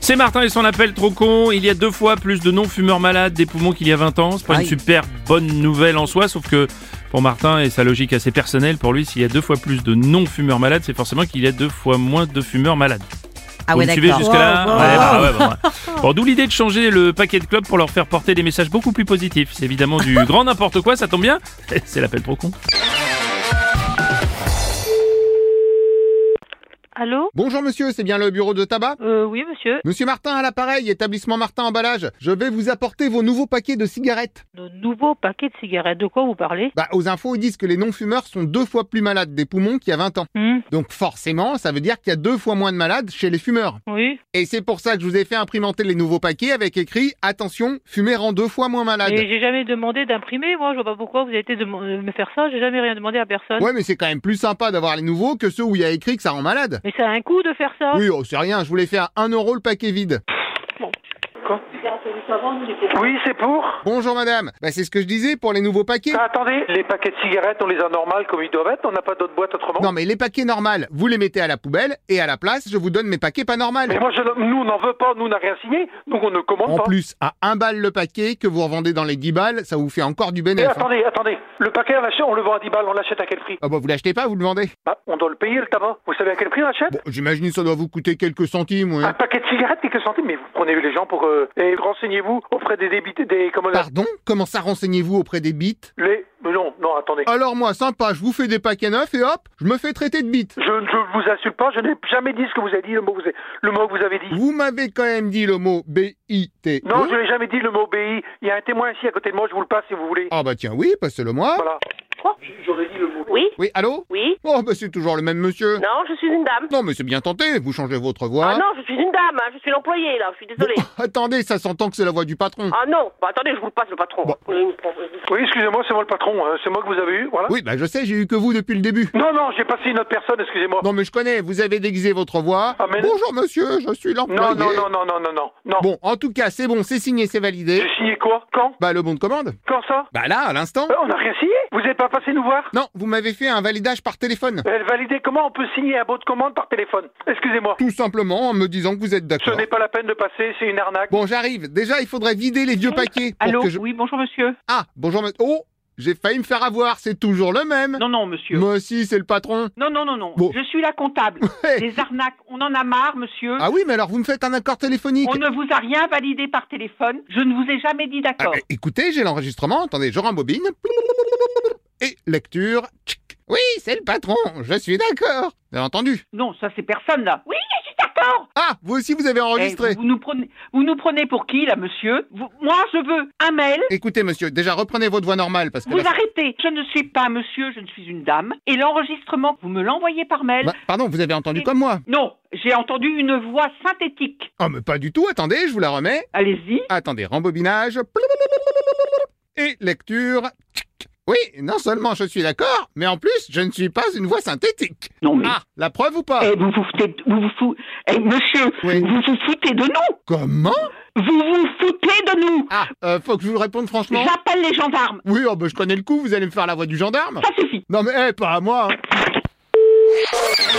C'est Martin et son appel trop con. Il y a deux fois plus de non-fumeurs malades des poumons qu'il y a 20 ans. C'est pas une super bonne nouvelle en soi, sauf que pour Martin et sa logique assez personnelle, pour lui, s'il y a deux fois plus de non-fumeurs malades, c'est forcément qu'il y a deux fois moins de fumeurs malades. Ah Vous ouais, me suivez d'accord. jusque-là Ouais, bah ouais, bah ouais. Bon, d'où l'idée de changer le paquet de club pour leur faire porter des messages beaucoup plus positifs. C'est évidemment du grand n'importe quoi, ça tombe bien. C'est l'appel trop con. Allô Bonjour monsieur, c'est bien le bureau de tabac euh, Oui, monsieur. Monsieur Martin à l'appareil, établissement Martin Emballage. Je vais vous apporter vos nouveaux paquets de cigarettes. De nouveaux paquets de cigarettes. De quoi vous parlez Bah, aux infos, ils disent que les non-fumeurs sont deux fois plus malades des poumons qu'il y a 20 ans. Hmm, Donc forcément, ça veut dire qu'il y a deux fois moins de malades chez les fumeurs. Oui. Et c'est pour ça que je vous ai fait imprimenter les nouveaux paquets avec écrit Attention, fumer rend deux fois moins malade. Et j'ai jamais demandé d'imprimer, moi. Je vois pas pourquoi vous avez été de de me faire ça. J'ai jamais rien demandé à personne. Ouais, mais c'est quand même plus sympa d'avoir les nouveaux que ceux où il y a écrit que ça rend malade. Mais ça a un coût de faire ça. Oui, oh, c'est rien, je voulais faire 1 euro le paquet vide. Oui, c'est pour. Bonjour madame, bah, c'est ce que je disais pour les nouveaux paquets. Ah, attendez, les paquets de cigarettes, on les a normales comme ils doivent être. On n'a pas d'autres boîtes autrement. Non mais les paquets normales, vous les mettez à la poubelle et à la place, je vous donne mes paquets pas Mais normales. moi, je, nous, on n'en veut pas. Nous, on n'a rien signé. Donc, on ne commande En pas. plus, à 1 balle le paquet que vous revendez dans les 10 balles, ça vous fait encore du Et bénéfice. hein. attendez, attendez. Le paquet, on, l'achète- on le vend à 10 balles. On l'achète à quel prix Ah bah vous l'achetez pas, vous le vendez Bah, On doit le payer, le tabac. Vous savez à quel prix on l'achète Bon, j'imagine que ça doit vous coûter quelques centimes, ouais. Un paquet de cigarettes, quelques centimes. Mais vous prenez les gens pour. euh, et renseignez-vous auprès des débités. Des, comment on a- Pardon Comment ça renseignez-vous auprès des bites les... mais Non, non, attendez. Alors moi, sympa, je vous fais des paquets neufs et hop, je me fais traiter de bite. Je ne vous insulte pas. Je n'ai jamais dit ce que vous avez dit, le mot, que vous avez- le mot que vous avez dit. Vous m'avez quand même dit le mot B-I-T. Non, je n'ai jamais dit le mot BI. Il y a un témoin ici à côté de moi. Je vous le passe si vous voulez. Ah bah tiens, oui, passez-le moi. Voilà. Quoi J'aurais dit le mot. Oui, Oui, allô oui. Oh bah c'est toujours le même monsieur. Non, je suis une dame. Non, mais c'est bien tenté, vous changez votre voix. Ah non, je suis une dame, hein, je suis l'employée là, je suis désolée. Attendez, ça s'entend que c'est la voix du patron. Ah non, bah, attendez, je vous le passe le patron. Bon. Oui, oui. Oui, excusez-moi, c'est moi le patron. hein. C'est moi que vous avez eu, voilà. Oui, bah je sais, j'ai eu que vous depuis le début. Non, non, j'ai passé une autre personne, excusez-moi. Non mais je connais, vous avez déguisé votre voix. Ah, mais- Bonjour monsieur, je suis l'employé. Non, non, non, non, non, non, non, non. Bon, en tout cas, c'est bon, c'est signé, c'est validé. J'ai signé quoi Quand Bah le bon de commande. Quand ça Bah là, à l'instant. Euh, On n'a rien signé Vous n'êtes pas passé nous voir Non, vous m'avez fait un validage par téléphone. Elle validait comment on peut signer un bon de commande par téléphone Excusez-moi. Tout simplement en me disant que vous êtes Ce d'accord. n'est pas la peine de passer, c'est une arnaque. Bon, j'arrive. Déjà, il faudrait vider les vieux paquets pour Allô que je... Oui, bonjour, monsieur. Ah, bonjour monsieur. Oh, j'ai failli me faire avoir, c'est toujours le même. Non, Hein non, monsieur. Moi aussi, c'est le patron. Non, non, non, non. Bon. Je suis la comptable. Ouais. Les arnaques, on en a marre, monsieur. Ah oui, mais alors vous me faites un accord téléphonique. on ne vous a rien validé par téléphone. Je ne vous ai jamais dit Ah, d'accord. bah, écoutez, j'ai l'enregistrement. Attendez, je rembobine. Et lecture. Tchic. Oui, c'est le patron. Je suis d'accord. Vous avez entendu Non, ça, c'est personne, là. Oui, je suis d'accord. Ah, vous aussi, vous avez enregistré. Eh, vous, vous nous prenez, vous nous prenez pour qui, là, monsieur Vous- Moi, je veux un mail. Écoutez, monsieur, déjà reprenez votre voix normale parce que. Vous là- arrêtez. Je ne suis pas un monsieur, je ne suis une dame. Et l'enregistrement, vous me l'envoyez par mail. Bah, pardon, vous avez Eh entendu comme moi. Non, j'ai entendu une voix synthétique. Oh, mais pas du tout. Attendez, je vous la remets. Allez-y. Attendez, rembobinage. Et lecture. Tchic. Oui, non seulement je suis d'accord, mais en plus, je ne suis pas une voix synthétique. Non, mais... Ah, la preuve ou pas Eh, vous vous foutez... Vous vous fou- Eh, monsieur, Oui. vous vous foutez de nous Comment Vous vous foutez de nous Ah, euh, faut que je vous réponde franchement. J'appelle les gendarmes Oui, oh, bah, je connais le coup, vous allez me faire la voix du gendarme. Ça suffit Non mais eh, pas à moi. hein.